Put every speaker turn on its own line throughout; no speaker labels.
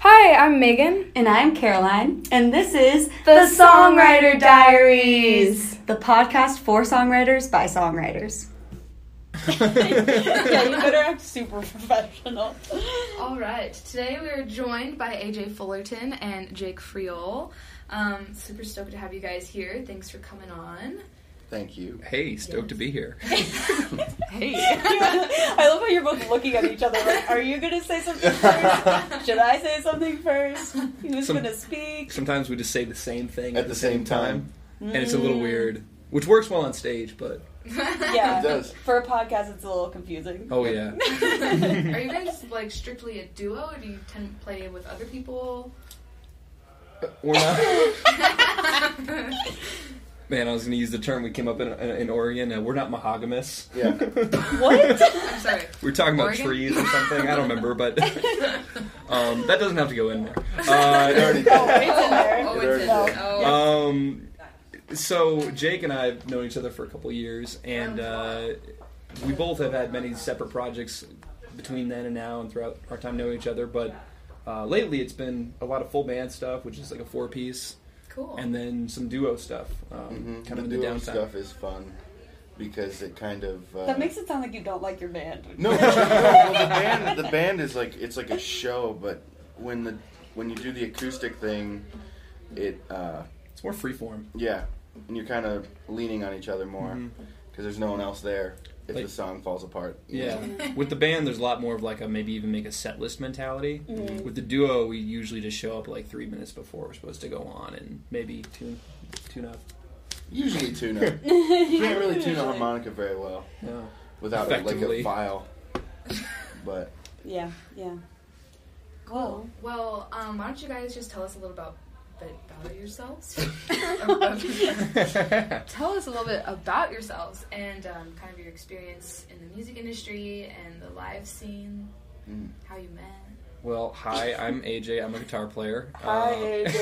Hi, I'm Megan.
And I'm Caroline, and this is
The Songwriter Diaries.
the podcast for songwriters by songwriters.
yeah, you better act super professional.
All right. Today we are joined by AJ Fullerton and Jake Friol. Um, super stoked to have you guys here. Thanks for coming on.
Thank you.
Hey, stoked to be here.
I love how you're both looking at each other like, are you gonna say something first? Should I say something first? Who's
Some-
gonna speak?
Sometimes we just say the same thing
At the same time,
and it's a little weird, which works well on stage, but
it
Yeah.
does.
For a podcast it's a little confusing.
oh yeah.
Are you guys like strictly a duo? Or do you tend to play with other people?
We're not. Man, I was going to use the term we came up in, in Oregon. Uh, we're not monogamous.
Yeah.
What?
I'm sorry.
We were talking about
Oregon?
trees or something. I don't remember, but um, that doesn't have to go in there.
I
Uh,
already
It's
did.
in there.
Oh, it's in
No.
there. Oh.
um, so Jake and I have known each other for a couple years, and uh, we both have had many separate projects between then and now, and throughout our time knowing each other. But uh, lately, it's been a lot of full band stuff, which is like a four piece,
cool.
and then some duo stuff, um,
Mhm.
kind
the
of in the
duo
downtime.
stuff is fun because it kind of uh,
That makes it sound like you don't like your band.
no. it's- no, well, the band, the band is like it's like a show, but when the when you do the acoustic thing, it uh,
It's more freeform.
yeah, and you're kind of leaning on each other more because there's no one else there if
Mm-hmm. Like-
the song falls apart.
Yeah.
Mm-hmm.
With the band, there's a lot more of like a maybe even make a set list mentality. With the duo, we usually just show up like three minutes before we're supposed to go on and maybe tune tune up.
Usually tune up. You can't really tune a harmonica very well
Yeah.
without like a
Effectively.
file. But
Yeah, yeah.
Cool. Well, um, why don't you guys just tell us a little about bit about yourselves? tell us a little bit about yourselves and um, kind of your experience in the music industry and the live scene,
Mm.
how you met.
Well, hi, I'm AJ. I'm a guitar player.
Hi
Uh,
AJ.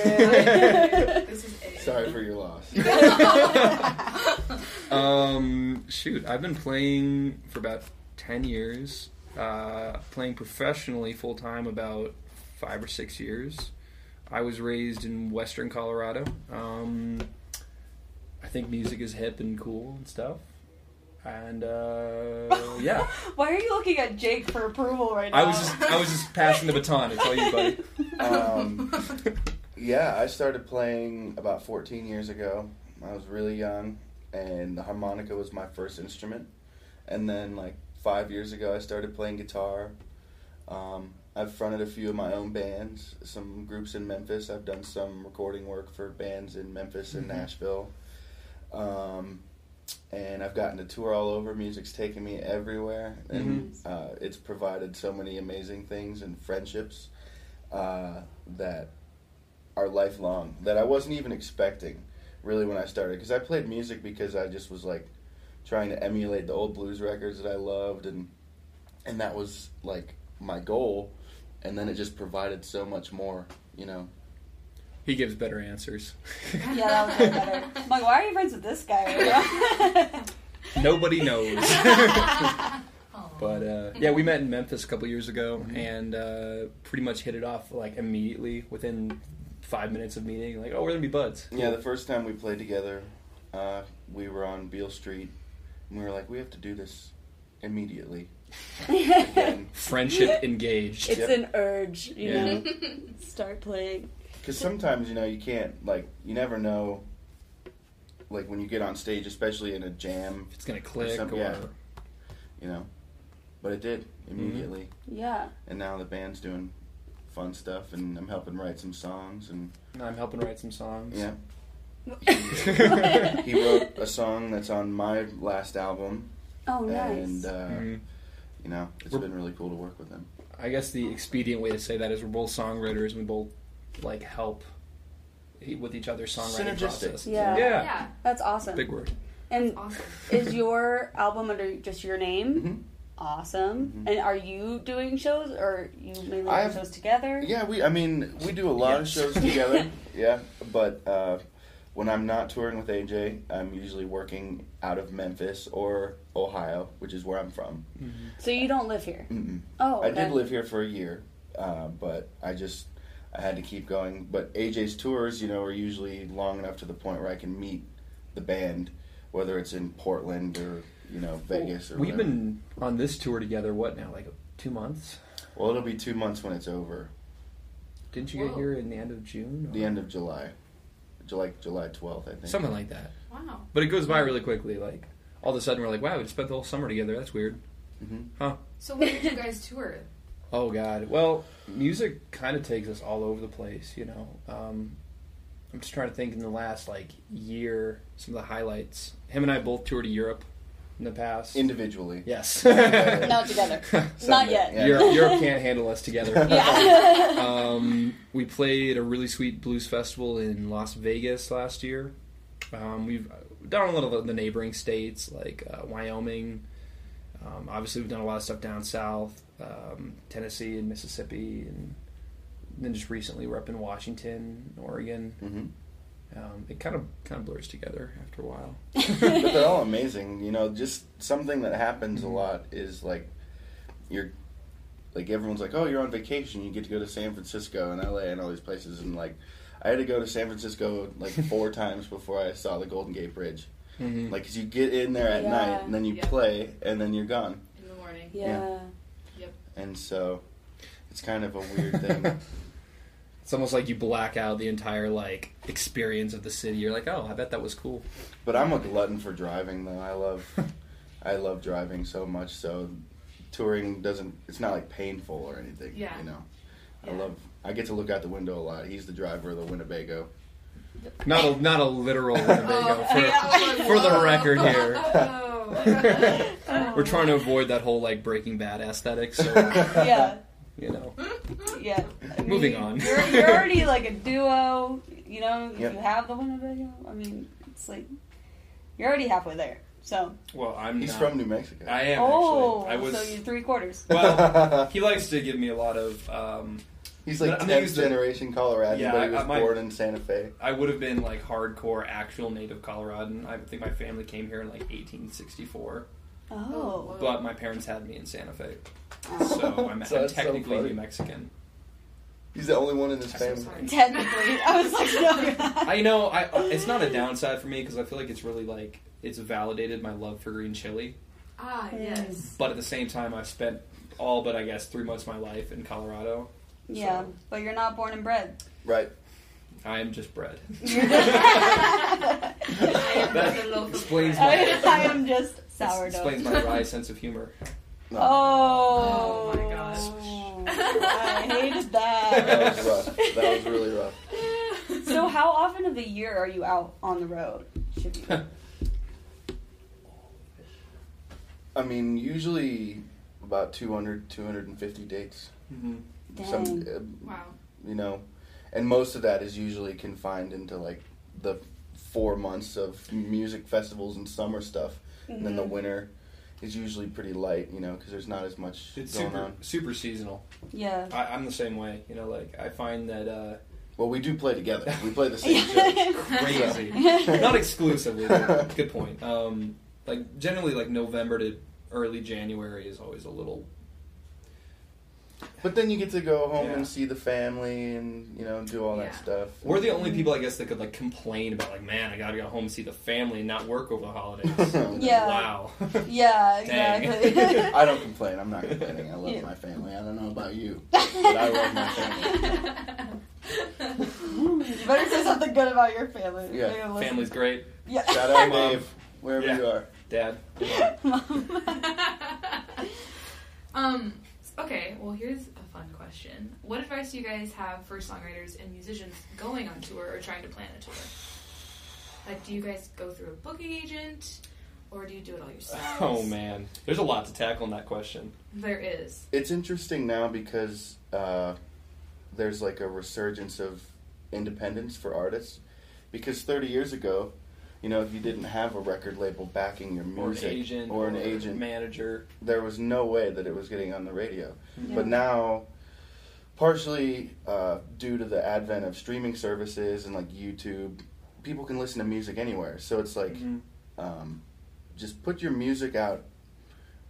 This is it.
sorry for your loss.
Um, shoot, I've been playing for about ten years. Uh, playing professionally full time about five or six years. I was raised in Western Colorado. Um, I think music is hip and cool and stuff. And uh, yeah,
Why are you looking at Jake for approval right now?
I was just I was just passing the baton. It's all you, buddy.
Um, yeah, I started playing about 14 years ago. I was really young, and the harmonica was my first instrument. And then, like five years ago, I started playing guitar. Um, I've fronted a few of my own bands, some groups in Memphis. I've done some recording work for bands in Memphis and Nashville. Um, and I've gotten to tour all over. Music's taken me everywhere, and uh, it's provided so many amazing things and friendships uh, that are lifelong that I wasn't even expecting really when I started because I played music because I just was like trying to emulate the old blues records that I loved and and that was like my goal and then it just provided so much more you know
He gives better answers.
Yeah, that was way better. I'm like, why are you friends with this guy right now?
Nobody knows. but uh, yeah, we met in Memphis a couple years ago
Mm-hmm.
and uh, pretty much hit it off like immediately within five minutes of meeting. Like, oh, we're gonna be buds.
yeah the first time we played together uh, we were on Beale Street and we were like we have to do this immediately again
Friendship engaged.
Yep.
an urge, you
Yeah.
Start playing.
Because sometimes you know you can't like you never know, like when you get on stage, especially in a jam,
It's gonna click.
Some-
or
yeah. you know. But it did immediately,
Mm-hmm. Yeah.
and now the band's doing fun stuff, and I'm helping write some songs, and
And I'm helping write some songs.
yeah. he wrote a song that's on my last album,
Oh, nice. Mm-hmm.
and uh,
Mhm.
you know it's
We're-
been really cool to work with him.
I guess the expedient way to say that is we're both songwriters and we both like help e- with each other's songwriting
Synergistic.
process.
Yeah.
yeah.
Yeah,
That's awesome.
Big word.
and
awesome.
is your album under just your name?
Mhm.
Awesome.
Mm-hmm.
And are you doing shows or you mainly
I
do
have-
shows together?
Yeah, we. I mean, we do a lot
Yes.
of shows together. yeah, but uh, when I'm not touring with AJ, I'm usually working out of Memphis or Ohio, which is where I'm from.
So you don't live here?
Mm-mm.
Oh,
I did
okay.
live here for a year, uh, but I just I had to keep going. But AJ's tours, you know, are usually long enough to the point where I can meet the band, whether it's in Portland or you know Vegas or
We've
whatever.
been on this tour together. What now? Like two months?
Well, it'll be two months when it's over.
Didn't you get
Whoa.
here in the end of June?
The end of July, July July twelfth, I think.
something like that.
Wow.
But it goes by really quickly. Like all of a sudden, we're like, wow, we just spent the whole summer together. That's weird.
Mhm.
Huh.
So where did you guys tour?
Oh God. Well, music kind of takes us all over the place, you know. Um, I'm just trying to think in the last like year, some of the highlights. Him and I both toured to Europe in the past.
Individually.
yes.
Not together. Not
Someday,
yet.
yeah.
Europe, Europe can't handle us together.
Yeah.
Um, we played a really sweet blues festival in Las Vegas last year. Um, we've done a lot of the neighboring states like uh, Wyoming. Um, obviously, we've done a lot of stuff down south, um, Tennessee and Mississippi, and then just recently we're up in Washington, Oregon.
hmm
Um, it kind of kind of blurs together after a while.
but they're all amazing. You know, just something that happens a lot is like you're like everyone's like, oh, you're on vacation. You get to go to San Francisco and LA and all these places. And like, I had to go to San Francisco like four times before I saw the Golden Gate Bridge.
Mhm.
Like, 'cause you get in there at
Mm. Yeah.
night and then you
Yeah.
play and then you're gone.
In the morning.
yeah.
And so it's kind of a weird thing.
It's almost like you black out the entire like experience of the city. You're like, oh, I bet that was cool.
but I'm a glutton for driving though. I love, I love driving so much. So touring doesn't. It's not like painful or anything.
Yeah.
You know. I
Yeah.
love. I get to look out the window a lot. He's the driver of the Winnebago.
Not a not a literal Winnebago.
Oh,
for,
Oh, yeah.
for the record here.
Oh.
We're trying to avoid that whole like Breaking Bad aesthetic, so
yeah.
Yeah.
you know.
Yeah. I mean,
Moving on.
You're, you're already like a duo. You know, if
Yep.
you have the Winnebago. I mean, it's like you're already halfway there. So
Well, I'm
He's from New Mexico.
I am
oh,
actually. I was.
so you're three quarters.
well, he likes to give me a lot of. Um,
He's like
I'm
tenth
used to-
generation Colorado,
Yeah,
but
I-
he was
I- my-
born in Santa Fe.
I would have been like hardcore, actual native Coloradan. I think my family came here in like 1864,
Oh,
but my parents had me in Santa Fe, so I'm,
So
I'm
that's so
technically
funny.
New Mexican.
He's the only one in his
I'm so
family.
sorry.
technically, I was like, no. you're not.
I you know I it's not a downside for me because I feel like it's really like it's validated my love for green chili.
ah, yes.
But at the same time, I've spent all but I guess three months of my life in Colorado.
Yeah, but you're not born and bred.
Right.
I am just bread.
That's a loaf of
explains
bread.
my-
I, I am just sourdough.
explains my wry sense of humor.
No.
Oh,
Oh my gosh.
I hated
That
that.
was rough. That was really rough.
so, how often of the year are you out on the road? Should you?
I mean, usually about 200, 250 dates.
Mhm.
Some,
Dang.
uh,
Wow.
you know, and most of that is usually confined into like the four months of music festivals and summer stuff, and then the
Mm-hmm.
winter is usually pretty light, you know, because there's not as much
It's
going
super
on.
super seasonal.
Yeah.
I, I'm the same way. You know, like I find that uh,
Well, we do play together. We play the same shows.
crazy. Not exclusively. but Good point. Um, like generally, like November to early January is always a little.
But then you get to go home
Yeah.
and see the family and, you know, do all that
Yeah.
stuff.
We're the only people, I guess, that could like complain about like, man, I gotta go home and see the family and not work over the holidays.
Yeah.
Wow.
Yeah,
Dang.
exactly.
I don't complain. I'm not complaining. I love
Yeah.
my family. I don't know about you, but I love my family.
you better say something good about your family.
Yeah,
They're gonna listen.
Family's great.
Yeah.
Shout out,
Mom.
Dave, wherever
Yeah.
you are.
Dad.
um. Okay. Well, here's a fun question. What advice do you guys have for songwriters and musicians going on tour or trying to plan a tour? Like, do you guys go through a booking agent, or do you do it all yourself?
Oh man, there's a lot to tackle in that question.
There is.
it's interesting now because uh, there's like a resurgence of independence for artists. Because 30 years ago, you know, if you didn't have a record label backing your
Or an
music
agent,
or an agent,
manager.
there was no way that it was getting on the radio.
Yeah.
But now, partially uh, due to the advent of streaming services and like YouTube, people can listen to music anywhere. So it's like
Mhm.
um, just put your music out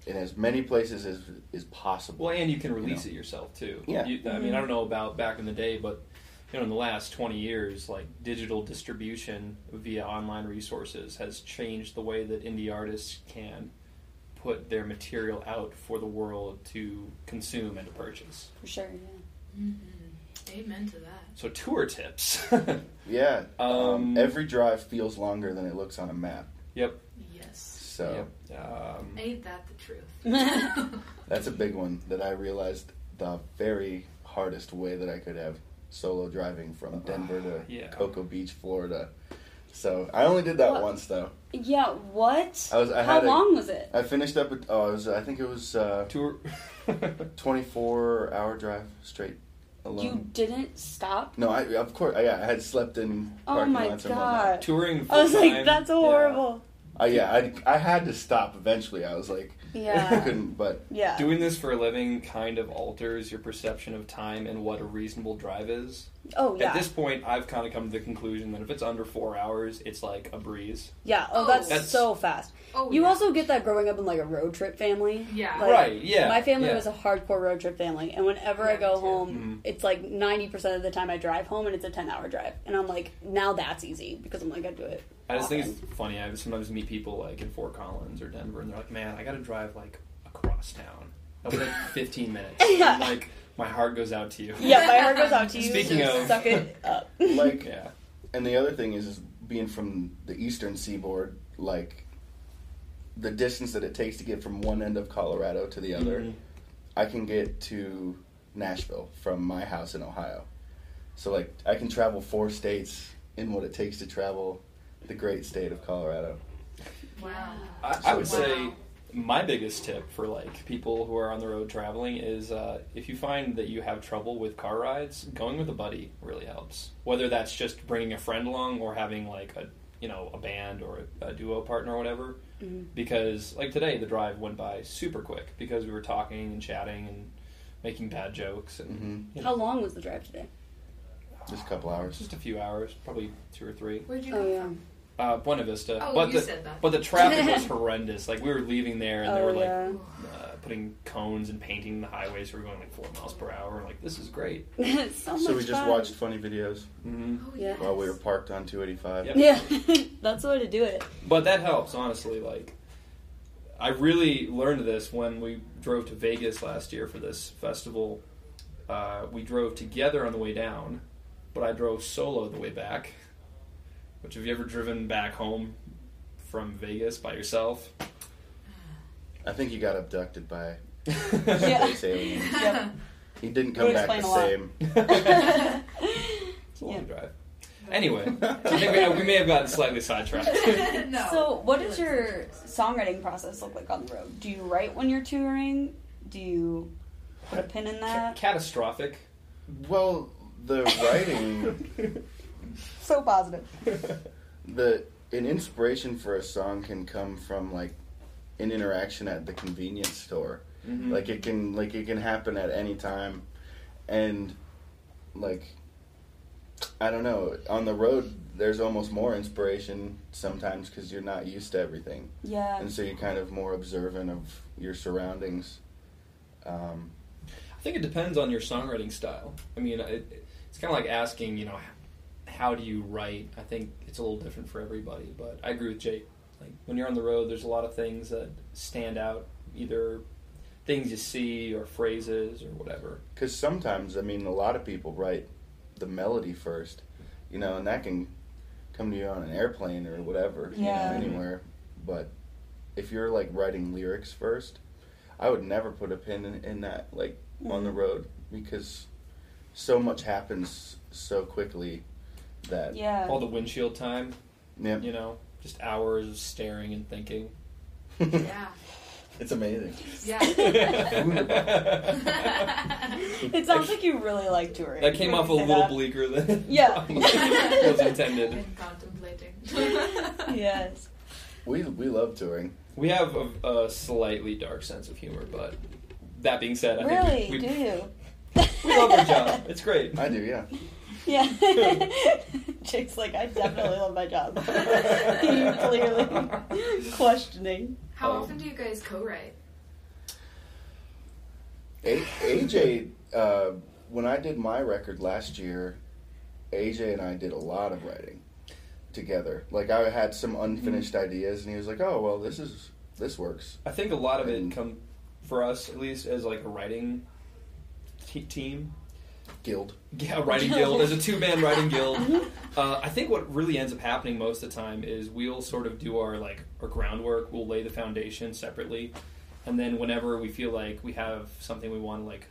in as many places as is possible.
Well, and you can release
know.
it yourself too.
Yeah.
Mm-hmm. You, I mean, I don't know about back in the day, but you know, in the last 20 years, like digital distribution via online resources has changed the way that indie artists can put their material out for the world to consume and to purchase.
For sure, yeah.
Amen to that.
So, tour tips.
Yeah. Um,
Um,
every drive feels longer than it looks on a map.
yep.
Yes.
So
Yep. Um,
Ain't that the truth?
that's a big one that I realized the very hardest way that I could have solo driving from Denver to
Ah, yeah.
Cocoa Beach, Florida. So I only did that
What?
once though.
Yeah, what?
I was I
How
had
long was it?
A, I finished up. At, oh, it was, I think it was uh,
tour.
24 hour drive straight alone.
You didn't stop?
No, I of course. I, yeah, I had slept in
Oh
parking
my
lots and whatnot.
god.
Touring.
I was
full-time,
like, that's
yeah.
horrible.
Uh, yeah, I, I had to stop eventually. I was like, I
Yeah.
couldn't. But
Yeah.
Doing this for a living kind of alters your perception of time and what a reasonable drive is.
oh, yeah.
At this point, I've kind of come to the conclusion that if it's under four hours, it's like a breeze.
yeah. Oh, that's,
That's-
so fast.
oh,
You
yeah.
also get that growing up in like a road trip family.
Yeah.
Like,
right. Yeah.
My family
yeah.
was a hardcore road trip family, and whenever
Yeah,
I go
me too.
home, it's like ninety percent of the time I drive home, and it's a ten-hour drive. And I'm like, now that's easy because I'm like, I do it.
I just think
often.
it's funny. I sometimes meet people like in Fort Collins or Denver, and they're like, "Man, I got to drive like across town. That was like 15 minutes."
Yeah.
And, like my heart goes out to you.
yeah, my heart goes out to you.
Speaking
so
of-
suck it up.
like,
Yeah.
and the other thing is, is being from the eastern seaboard, like the distance that it takes to get from one end of Colorado to the other,
Mhm.
I can get to Nashville from my house in Ohio. So like, I can travel four states in what it takes to travel the great state of Colorado.
Wow.
I, I would
Wow.
say my biggest tip for like people who are on the road traveling is uh, if you find that you have trouble with car rides, going with a buddy really helps. Whether that's just bringing a friend along or having like a you know a band or a, a duo partner or whatever.
Mm-hmm.
Because like today, the drive went by super quick because we were talking and chatting and making bad jokes and
Mm-hmm.
you know,
How long was the drive today?
Just a couple hours.
just a few hours, probably two or three.
Where'd you
Oh
go
yeah.
from?
Uh, Buena Vista,
Oh,
but
you
the
said that.
but the traffic was horrendous. Like we were leaving there and they were
Oh
like
yeah.
uh, putting cones and painting the highways. We're going like four miles per hour. Like this is great.
so much
so we just
fun.
watched funny videos
Mm-hmm.
oh,
Yeah.
yes.
while we were parked on 285.
Yep.
Yeah, that's the way to do it.
But that helps, honestly. Like, I really learned this when we drove to Vegas last year for this festival. Uh, we drove together on the way down, but I drove solo the way back. Which, have you ever driven back home from Vegas by yourself?
I think he got abducted by
Yeah.
space alien.
Yep.
He didn't
Would
come back
explain
the
a lot.
same.
It's a long
Yeah.
drive. Anyway, I think we, we may have gotten slightly sidetracked.
no.
So, what does your songwriting process look like on the road? Do you write when you're touring? Do you put a pin in that?
Catastrophic.
Well, the writing,
So positive.
the an inspiration for a song can come from like an interaction at the convenience store.
Mhm.
Like it can like it can happen at any time, and like I don't know on the road there's almost more inspiration sometimes because you're not used to everything.
Yeah.
and so you're kind of more observant of your surroundings. Um,
I think it depends on your songwriting style. I mean, it, it's kind of like asking, you know, h- how do you write? I think it's a little different for everybody, but I agree with Jake. Like when you're on the road, there's a lot of things that stand out, either things you see or phrases or whatever.
Because sometimes, I mean, a lot of people write the melody first, you know, and that can come to you on an airplane or whatever,
Yeah.
you know, anywhere. But if you're like writing lyrics first, I would never put a pin in, in that, like on
Mm.
the road, because so much happens so quickly that
Yeah.
All the windshield time,
Yep.
you know, just hours of staring and thinking.
Yeah.
it's amazing.
Yeah.
that
It sounds like you really like touring.
came
When
off a
you say
little
that.
bleaker than
Yeah.
was intended.
Been contemplating.
Yes.
We we love touring.
We have a, a slightly dark sense of humor, but that being said, I
Really?
think we,
do
we,
you?
we love our job. It's great.
I do, yeah.
Yeah. Jake's like, I definitely love my job. you clearly questioning.
How
Um,
often do you guys co-write?
A- AJ, uh, when I did my record last year, AJ and I did a lot of writing together. Like I had some unfinished ideas, and he was like, "Oh, well, this is this works."
I think a lot of it
And-
come for us, at least as like a writing te- team,
Guild.
yeah, a writing guild. As a two man writing guild, uh, I think what really ends up happening most of the time is we'll sort of do our like our groundwork. We'll lay the foundation separately, and then whenever we feel like we have something we want to like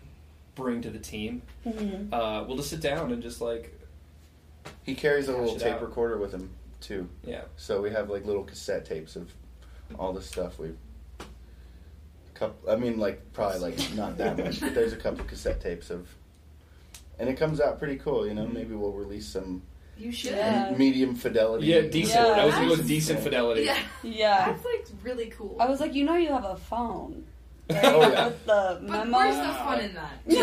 bring to the team,
Hmm.
uh, we'll just sit down and just like
He carries a
Hash
little
it
tape
out.
recorder with him too,
yeah.
so we have like little cassette tapes of all the stuff we've. Couple, I mean, like probably like not that much, but there's a couple cassette tapes of, and it comes out pretty cool. You know, maybe we'll release some
You should.
Yeah.
medium fidelity.
Yeah, decent.
Yeah.
I was going with decent
Yeah.
fidelity.
Yeah.
Yeah.
That's like really cool.
I was like, you know, you have a phone.
Oh, yeah.
With the
but
memo.
where's the fun in that?
He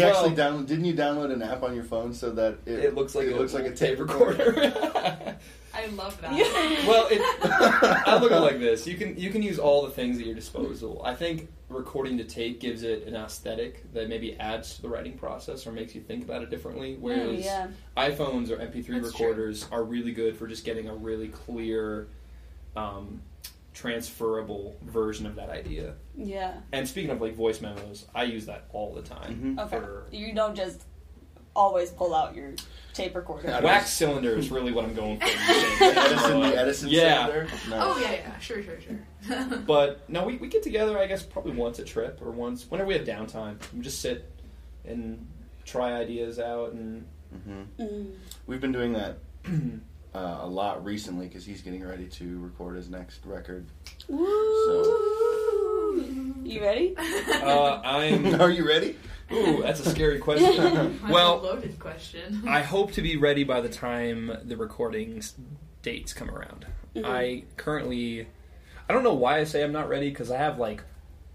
Well-
actually down didn't you download an app on your phone so that it,
It looks like
it looks like a tape recorder.
recorder.
I love that.
Yeah.
well, it, I look at it like this: you can you can use all the things at your disposal. I think recording to tape gives it an aesthetic that maybe adds to the writing process or makes you think about it differently. Whereas
Oh, yeah.
iPhones or MP3
That's true.
recorders are really good for just getting a really clear, um, transferable version of that idea.
Yeah.
And speaking of like voice memos, I use that all the time.
Mm-hmm. Okay.
For,
You don't just always pull out your tape recorder.
I
Wax cylinder is really what I'm going for.
Edison, the Edison
Yeah.
cylinder. Nice.
Oh yeah, yeah, sure, sure, sure.
But no, we, we get together, I guess, probably once a trip or once whenever we have downtime. We just sit and try ideas out, and
Mhm.
Mm.
We've been doing that uh, a lot recently because he's getting ready to record his next record.
You ready?
uh, I'm.
Are you ready?
Ooh, that's a scary question.
That's
Well-
a loaded question.
I hope to be ready by the time the recordings dates come around. I currently, I don't know why I say I'm not ready because I have like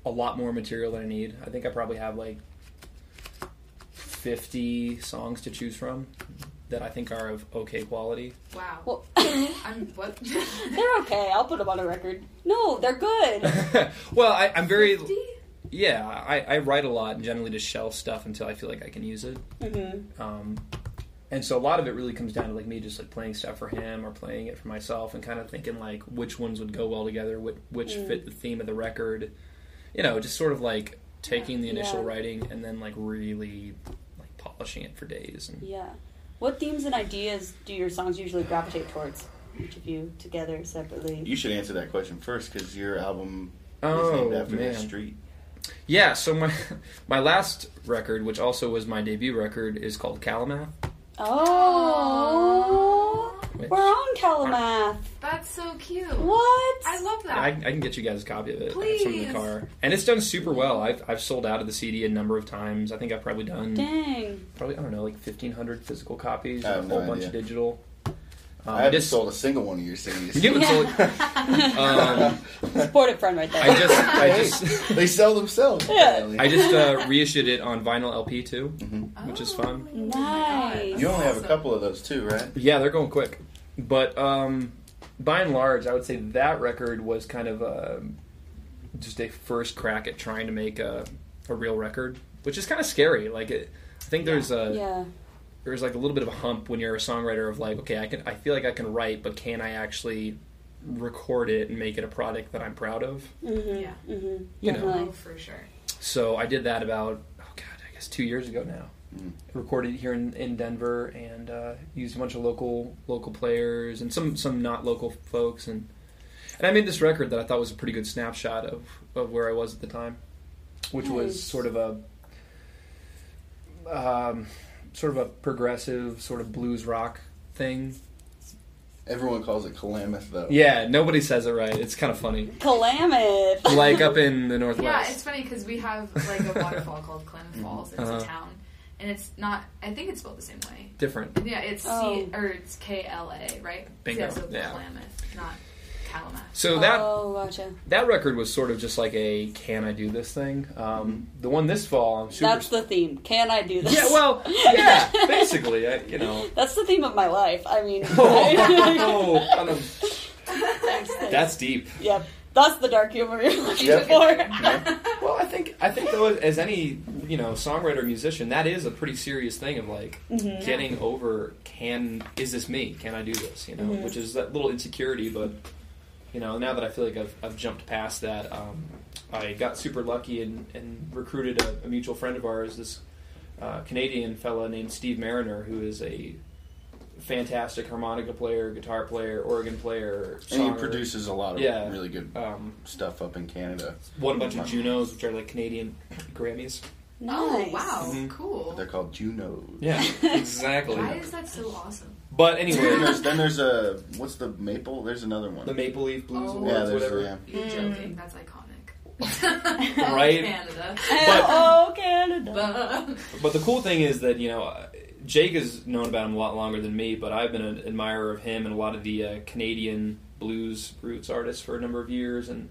a lot more material than I need. I think I probably have like 50 songs to choose from that I think are of okay quality.
wow.
Well,
I'm what?
they're okay. I'll put them on a record. No, they're good.
well, I, I'm very
50?
yeah. I, I write a lot and generally just shelf stuff until I feel like I can use it.
hmm
Um, and so a lot of it really comes down to like me just like playing stuff for him or playing it for myself and kind of thinking like which ones would go well together, which, which fit the theme of the record. You know, just sort of like taking the initial
Yeah.
writing and then like really like polishing it for days. And
Yeah. What themes and ideas do your songs usually gravitate towards? Each of you together separately.
You should answer that question first because your album is
oh
named after
man,
the street.
yeah. So my my last record, which also was my debut record, is called Calamath.
Oh,
Which-
we're on Calamath.
That's so cute.
What?
I love that.
I, I can get you guys a copy of it. I have some in
Ah. Please.
the car, and it's done super well. I've I've sold out of the CD a number of times. I think I've probably done
Dang.
probably I don't know like fifteen hundred physical copies,
I
and a
have
whole
no
bunch
idea.
of digital. Um,
I haven't
just-
sold a single one of your CDs.
You haven't sold. um,
Supportive friend right there.
I just I
Hey,
just
they sell themselves. apparently.
I just uh, reissued it on vinyl LP too, which is fun.
Oh
Nice.
You only have a couple of those too, right?
Yeah, they're going quick. But um, by and large, I would say that record was kind of um just a first crack at trying to make a, a real record, which is kind of scary. Like, it, I think there's a
yeah.
there's like a little bit of a hump when you're a songwriter of like, okay, I can I feel like I can write, but can I actually record it and make it a product that I'm proud of?
Mm-hmm.
Yeah.
Mm-hmm.
You know.
Definitely.
Oh, for sure.
So I did that about oh god, I guess two years ago now.
Mm.
Recorded here in, in Denver and uh, used a bunch of local local players and some some not local folks and and I made this record that I thought was a pretty good snapshot of of where I was at the time, which was
Nice.
sort of a um, sort of a progressive sort of blues rock thing.
Everyone calls it Klamath though.
Yeah, nobody says it right. It's kind of funny.
Calamith.
Like up in the
Yeah, it's
northwest.
funny because we have like a waterfall called Klamath Falls. and It's
Uh-huh.
a town, and it's not. I think it's spelled the same way.
different.
Yeah, it's
Oh.
C or it's K L A, right?
Bingo,
Yeah, so
yeah.
Klamath, not Kalamath.
So that
Oh, gotcha.
that record was sort of just like a can I do this thing. Um, the one this fall, I'm super.
That's the theme. Can I do this?
yeah, well, yeah, basically, I, you know.
That's the theme of my life. I mean,
Oh, kind of-
Thanks, thanks.
that's deep.
yep. That's the dark humor you're looking
Yep.
for.
Well, I think I think though, as any you know songwriter musician, that is a pretty serious thing of like
Mm-hmm.
Mhm.
getting over. Can is this me? Can I do this? You know,
Mm-hmm.
Mhm.
which is that little insecurity. But you know, now that I feel like I've, I've jumped past that, um, I got super lucky and, and recruited a, a mutual friend of ours, this uh, Canadian fella named Steve Mariner, who is a fantastic harmonica player, guitar player, organ player,
And he
songwriter.
produces a lot of
Yeah.
really good
Um,
stuff up in Canada.
won a bunch of Junos, which are like Canadian Grammys.
Oh
Nice.
wow,
Mhm.
cool.
They're called Junos.
Yeah, exactly.
Why is that so awesome?
But
Then
anyway,
there's, then there's a what's the maple? There's another one.
the Maple Leaf Blues
Oh.
yeah,
Awards,
there's
whatever.
yeah.
You're
Mm.
joking. That's iconic.
Right?
Canada.
But-
oh, Canada.
But
But the cool thing is that you know uh, Jake has known about him a lot longer than me, but I've been an admirer of him and a lot of the uh, Canadian blues roots artists for a number of years, and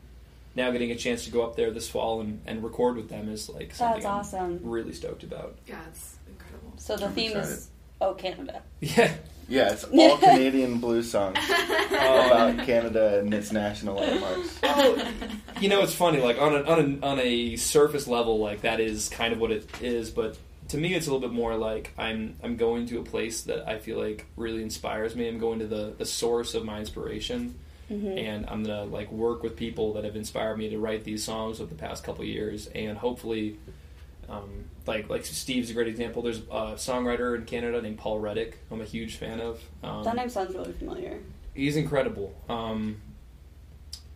now getting a chance to go up there this fall and, and record with them is like something
That's awesome.
I'm really stoked about.
yeah, it's incredible.
So the
I'm
theme
excited.
is Oh Canada.
Yeah,
Yeah, it's all Canadian blues songs about
um,
Canada and its national landmarks.
Oh.
you know it's funny like on a, on a on a surface level like that is kind of what it is, but to me it's a little bit more like I'm I'm going to a place that I feel like really inspires me. I'm going to the the source of my inspiration.
Mm-hmm.
and I'm gonna like work with people that have inspired me to write these songs over the past couple years, and hopefully, um, like like Steve's a great example. There's a songwriter in Canada named Paul Reddick. who I'm a huge fan of.
That
Um,
name sounds really familiar.
he's incredible. Um,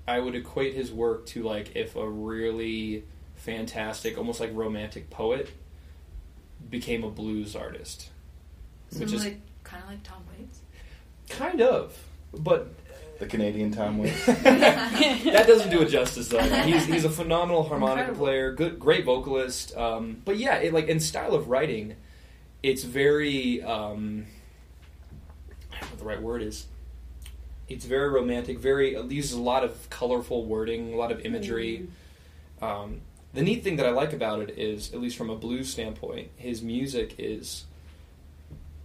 I would equate his work to like if a really fantastic, almost like romantic poet became a blues artist.
So
Which is-
like kind of like Tom Waits.
Kind of, but
The Canadian Tom Waits.
that doesn't do it justice though. He's he's a phenomenal harmonica
Incredible.
player, good great vocalist. Um, but yeah, it, like in style of writing, it's very um, I don't know what the right word is. It's very romantic. Very it uses a lot of colorful wording, a lot of imagery. Um, the neat thing that I like about it is, at least from a blues standpoint, his music is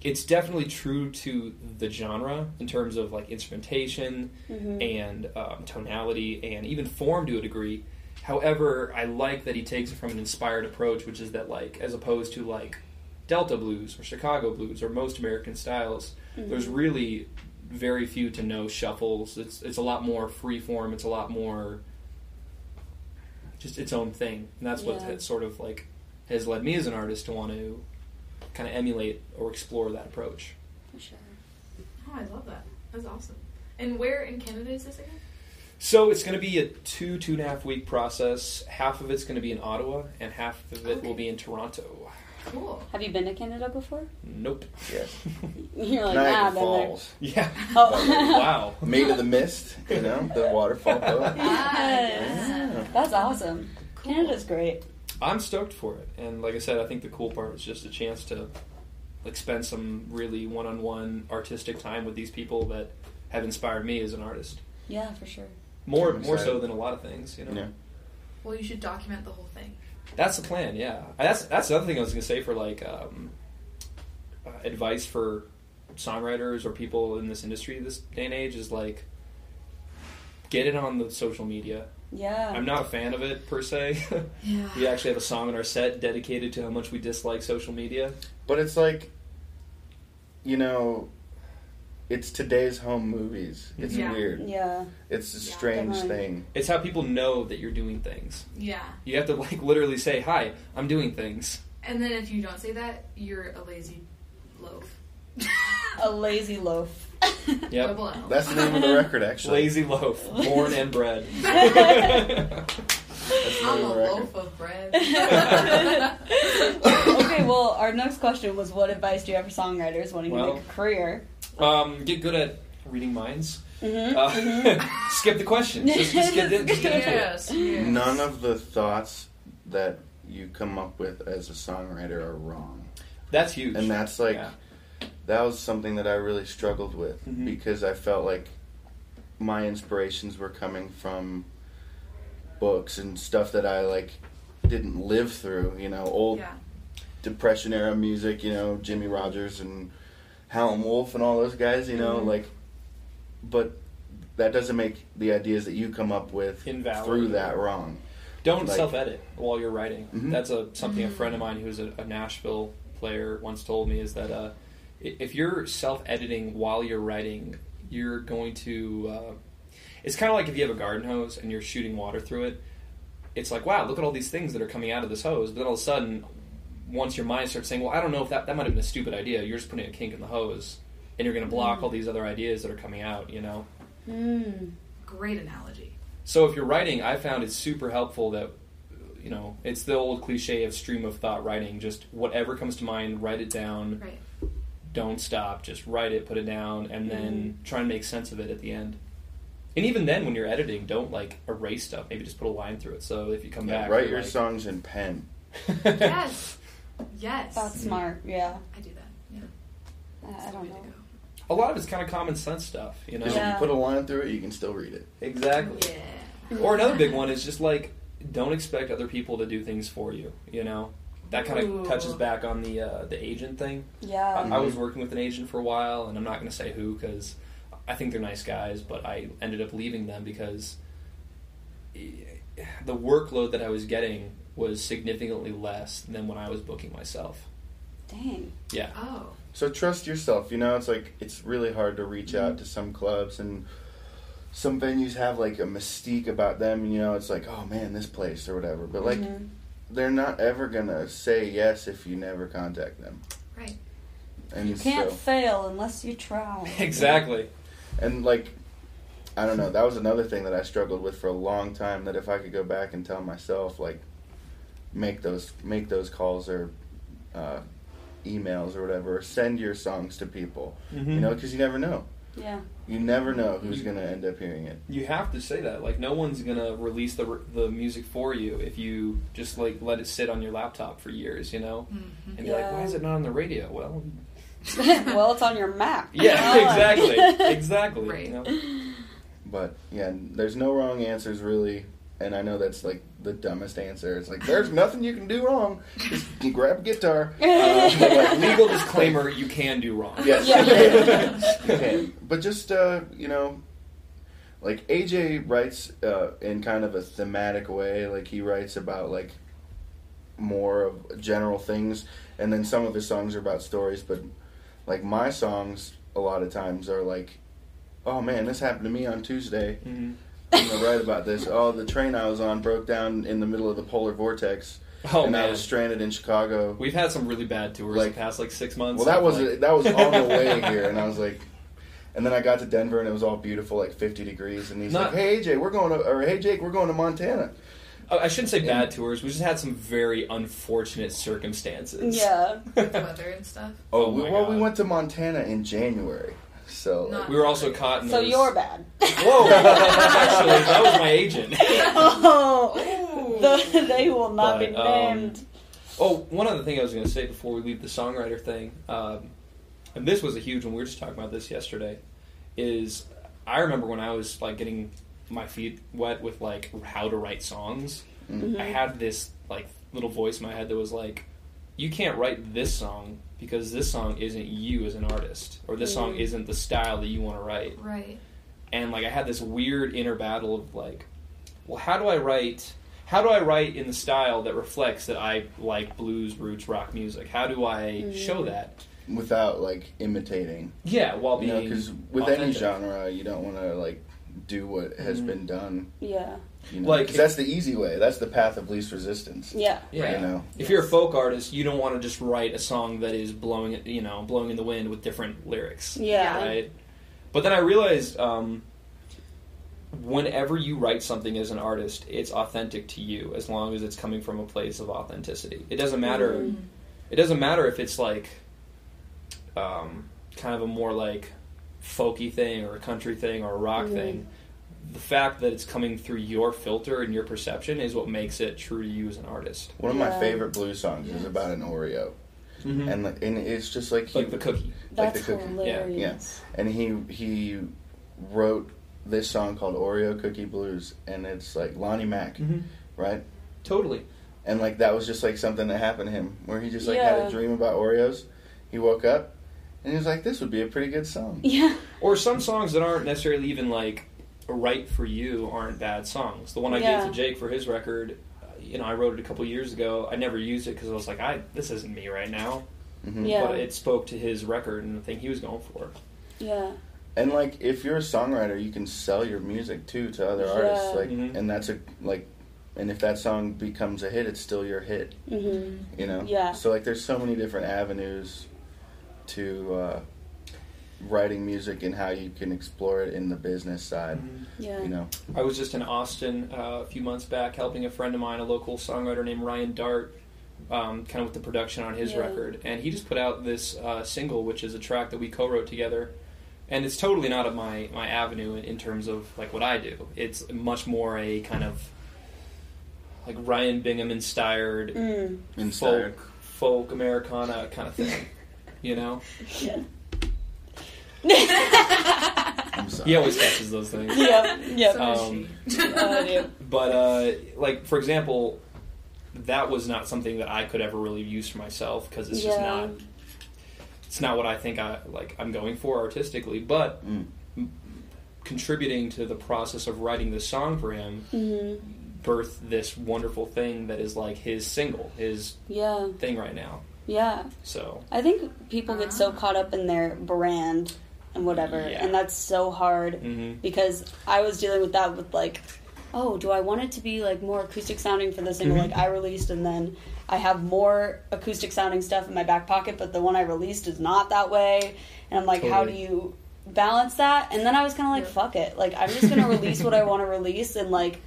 it's definitely true to the genre in terms of like instrumentation
Mhm.
and um, tonality and even form to a degree. However, I like that he takes it from an inspired approach, which is that like as opposed to like Delta blues or Chicago blues or most American styles, there's really very few to no shuffles. It's it's a lot more free form. It's a lot more just its own thing, and that's what
Yeah.
has sort of like has led me as an artist to want to kind of emulate or explore that approach.
For sure.
Oh, I love that. That's awesome. And where in Canada is this again?
So it's going to be a two two and a half week process. Half of it's going to be in Ottawa, and half of it
Okay.
will be in Toronto.
Cool.
Have you been to Canada before?
Nope.
Yes.
You're like, nah,
Niagara
I've been there.
Falls.
Yeah.
Oh,
Wow.
Made of the mist, you know, the waterfall boat.
Yes.
that's awesome.
Cool.
Canada's great.
I'm stoked for it, and like I said, I think the cool part is just a chance to like spend some really one on one artistic time with these people that have inspired me as an artist.
Yeah, for sure.
More
I'm
more so
excited.
than a lot of things, you know.
Yeah.
Well, you should document the whole thing.
That's the plan, yeah. That's that's the other thing I was gonna say for like um, uh, advice for songwriters or people in this industry this day and age is like get it on the social media.
Yeah.
I'm not a fan of it per se.
Yeah.
we actually have a song in our set dedicated to how much we dislike social media.
But it's like, you know, it's today's home movies. It's
Yeah.
weird.
Yeah.
It's a
Yeah,
strange
definitely.
thing.
It's how people know that you're doing things.
Yeah.
You have to like literally say, "Hi, I'm doing things."
And then if you don't say that, you're a lazy loaf.
A lazy loaf.
Yep.
Level out.
That's the name of the record, actually.
Lazy loaf, born and bred.
That's the
I'm
name
a
of the record.
loaf of bread.
okay, well, our next question was what advice do you have for songwriters wanting to
Well-
make a career?
um, get good at reading minds.
Mm-hmm.
Uh, skip the questions. Just, just get, in- just get into it.
yes. yes.
None of the thoughts that you come up with as a songwriter are wrong.
That's huge.
And that's like,
Yeah.
that was something that I really struggled with
Mhm.
because I felt like my inspirations were coming from books and stuff that I like didn't live through, you know, old
Yeah.
depression era music, you know, Jimmy Rogers and Howlin' Wolf and all those guys, you
Mm-hmm.
know, like but that doesn't make the ideas that you come up with
Invalid.
through that wrong.
Don't
Like-
self-edit while you're writing.
Mhm.
That's a something a friend of mine who's a, a Nashville player once told me is that uh, i- if you're self-editing while you're writing, you're going to. Uh, it's kind of like if you have a garden hose and you're shooting water through it. It's like, wow, look at all these things that are coming out of this hose. But then all of a sudden, once your mind starts saying, well, I don't know if that that might have been a stupid idea. You're just putting a kink in the hose, and you're going to block all these other ideas that are coming out. You know.
Mm.
Great analogy.
So if you're writing, I found it's super helpful that you know it's the old cliche of stream of thought writing. Just whatever comes to mind, write it down.
Right.
Don't stop. Just write it, put it down, and
Mm-hmm.
then try and make sense of it at the end. And even then, when you're editing, don't like erase stuff. Maybe just put a line through it. So if you come back,
Write
you're
your
like-
songs in pen.
Yes. Yes.
That's
mm-hmm.
smart. Yeah.
I do that. Yeah.
I, I
That's the
don't
way to
know.
a lot of it's kind of common sense stuff, you know.
Because if
Yeah.
you put a line through it, you can still read it.
Exactly.
go. Yeah.
Or another big one is just like don't expect other people to do things for you. You know, that kind
Ooh.
of touches back on the uh, the agent thing.
Yeah.
I, I was working with an agent for a while, and I'm not going to say who because I think they're nice guys, but I ended up leaving them because eh, the workload that I was getting was significantly less than when I was booking myself.
Dang.
Yeah.
Oh.
So trust yourself. You know, it's like it's really hard to reach
Mm-hmm.
out to some clubs and some venues have like a mystique about them. You know, it's like, oh man, this place or whatever. But like,
Mhm.
they're not ever gonna say yes if you never contact them.
Right.
And
you can't
so,
fail unless you try.
Exactly.
and like, I don't know. That was another thing that I struggled with for a long time. That if I could go back and tell myself, like, make those make those calls or uh, emails or whatever, or send your songs to people.
Hmm.
You know, because you never know.
Yeah.
You never know who's
You-
going to end up hearing it.
you have to say that. Like, no one's gonna release the the music for you if you just like let it sit on your laptop for years. You know,
Mm-hmm.
and you're like,
Yeah.
why is it not on the radio? Well,
well, it's on your map.
yeah,
Come on.
exactly, exactly.
Right.
You know?
But yeah, n- there's no wrong answers really. And I know that's like the dumbest answer. It's like there's nothing you can do wrong. Just you grab a guitar.
Um, but,
Uh,
like, legal disclaimer: you can do wrong.
Yes.
Yeah.
You can. But just uh, you know, like AJ writes uh, in kind of a thematic way. Like he writes about like more of general things, and then some of his songs are about stories. But like my songs, a lot of times are like, oh man, this happened to me on Tuesday.
Mhm.
I'm gonna write about this. Oh, the train I was on broke down in the middle of the polar vortex,
Oh
and
man,
I was stranded in Chicago.
we've had some really bad tours
Like-
the past like six months.
Well, that was
Like,
that was on the way here, and I was like, and then I got to Denver, and it was all beautiful, like 50 degrees, and he's
Not-
like, "Hey, AJ, we're going to, or hey, Jake, we're going to Montana."
oh, I shouldn't say bad tours. We just had some very unfortunate circumstances.
Yeah.
Weather and stuff.
Oh,
Oh
we,
my
well,
God.
we went to Montana in January, so like,
Not-
We were also caught in
So
those-
you're bad.
Whoa! Actually, that was my agent.
oh,
Ooh.
the, they will not be
But, um,
named.
Oh, one other thing I was going to say before we leave the songwriter thing, um, and this was a huge one. We were just talking about this yesterday. Is I remember when I was like getting my feet wet with like how to write songs. I had this like little voice in my head that was like, "You can't write this song because this song isn't you as an artist, or this song isn't the style that you want to write."
Right.
and like I had this weird inner battle of like, well, how do I write? How do I write in the style that reflects that I like blues, roots, rock music? How do I show that?
without like imitating,
Yeah, while
you
being
know, because with any
authentic.
genre, you don't want to like do what has been done.
Yeah.
You know,
Like,
'cause that's the easy way. That's the path of least resistance.
Yeah.
Yeah.
You know,
If you're a folk artist, you don't want to just write a song that is blowing, you know, blowing in the wind with different lyrics.
Yeah.
Right. But then I realized um, whenever you write something as an artist, it's authentic to you as long as it's coming from a place of authenticity. It doesn't matter. It doesn't matter if it's like um, kind of a more like folky thing or a country thing or a rock thing. The fact that it's coming through your filter and your perception is what makes it true to you as an artist.
one of my
Yeah.
favorite blues songs is about an Oreo, and like, and it's just like he
Like the cookie.
Like the
That's
cookie. Yeah,
hilarious.
and he he wrote this song called Oreo Cookie Blues, and it's like Lonnie Mack,
Mm-hmm.
right?
Totally.
And like that was just like something that happened to him, where he just like had
Yeah.
a dream about Oreos. He woke up, and he was like, "This would be a pretty good song."
Yeah.
Or some songs that aren't necessarily even like right for you aren't bad songs. The one I
Yeah.
gave to Jake for his record, uh, you know, I wrote it a couple years ago. I never used it because I was like, I this isn't me right now.
Mhm.
Yeah.
But it spoke to his record and the thing he was going for.
Yeah.
And like, if you're a songwriter, you can sell your music too to other artists.
Yeah.
Like,
Mhm.
and that's a like, and if that song becomes a hit, it's still your hit.
Mm-hmm.
You know.
Yeah.
So like, there's so many different avenues to uh, writing music and how you can explore it in the business side.
Yeah.
You know.
I was just in Austin uh, a few months back helping a friend of mine, a local songwriter named Ryan Dart, um, kind of with the production on his
Yeah.
record. And he just put out this uh, single, which is a track that we co wrote together. And it's totally not of my, my avenue in, in terms of like what I do. It's much more a kind of like Ryan Bingham inspired
Mm.
Inspired.
folk folk Americana kind of thing. You know?
I'm sorry.
He always catches those things.
Yep. Yep.
So-
So is she.
Oh, dude.
But uh, like for example, that was not something that I could ever really use for myself because it's just
Yeah.
not. It's not what I think I like. I'm going for artistically, but
Mm.
contributing to the process of writing this song for him,
Mhm.
birth this wonderful thing that is like his single, his
Yeah.
thing right now.
Yeah.
So
I think people get so caught up in their brand and whatever,
Yeah.
and that's so hard
mhm.
because I was dealing with that with like, oh, do I want it to be like more acoustic sounding for the single
Mhm.
like I released, and then I have more acoustic sounding stuff in my back pocket, but the one I released is not that way, and I'm like, how do
Totally.
you balance that? And then I was kind of like,
Yeah.
fuck it, like I'm just gonna release what I want to release, and like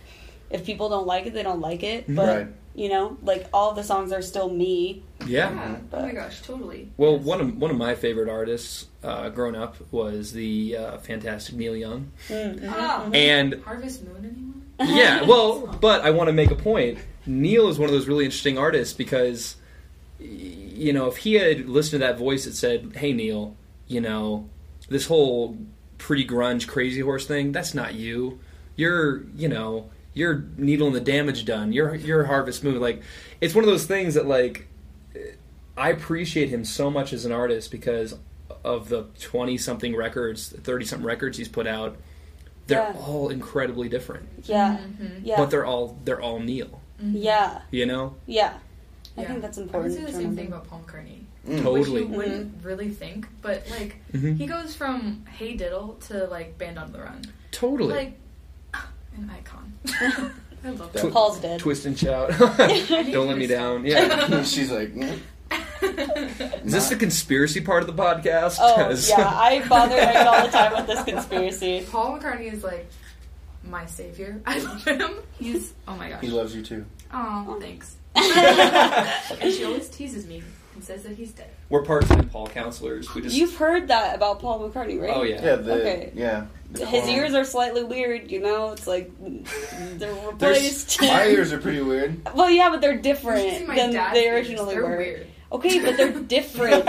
if people don't like it, they don't like it, but
Right.
you know, like all the songs are still me.
Yeah.
Yeah. Oh my gosh, totally.
Well, one of one of my favorite artists uh, growing up was the uh, fantastic Neil Young,
Mm.
Ah,
and
Harvest Moon, anyone?
yeah, well, but I want to make a point. Neil is one of those really interesting artists because, y- you know, if he had listened to that voice that said, "Hey, Neil, you know, this whole pretty grunge crazy horse thing, that's not you. You're, you know, you're needling the damage done. You're you're Harvest Moon." Like, it's one of those things that like I appreciate him so much as an artist because of the 20 something records, 30 something records he's put out. They're
Yeah.
all incredibly different,
Yeah,
Mhm.
yeah,
but they're all they're all Neil,
yeah,
you know?
yeah. I
Yeah.
think that's
I would
important.
say the
to
same thing
remember.
about Paul McCartney.
Totally.
Which you wouldn't really think, but like
Mhm.
he goes from Hey Diddle to like Band on the Run,
Totally.
like ah, an icon. I love
Tw-
that.
Paul's dead.
Twist and shout.
think
Don't let me
twist.
down. Yeah.
She's like, mm,
Is this the conspiracy part of the podcast?
Oh
'Cause-
yeah, I bother my head all the time with this conspiracy.
Paul McCartney is like my savior. I love him. He's oh my gosh.
he loves you too.
Oh, thanks. and she always teases me and says that he's dead.
we're part time Paul counselors. We just
You've heard that about Paul McCartney, right?
oh yeah.
Yeah. The,
Okay.
Yeah. the
His
corn.
ears are slightly weird, you know. It's like they're
There's-
replaced.
My ears are pretty weird.
well, yeah, but they're
You should see
different
my
than
dad's
they
ears.
originally
They're
were.
Weird.
Okay, but they're different.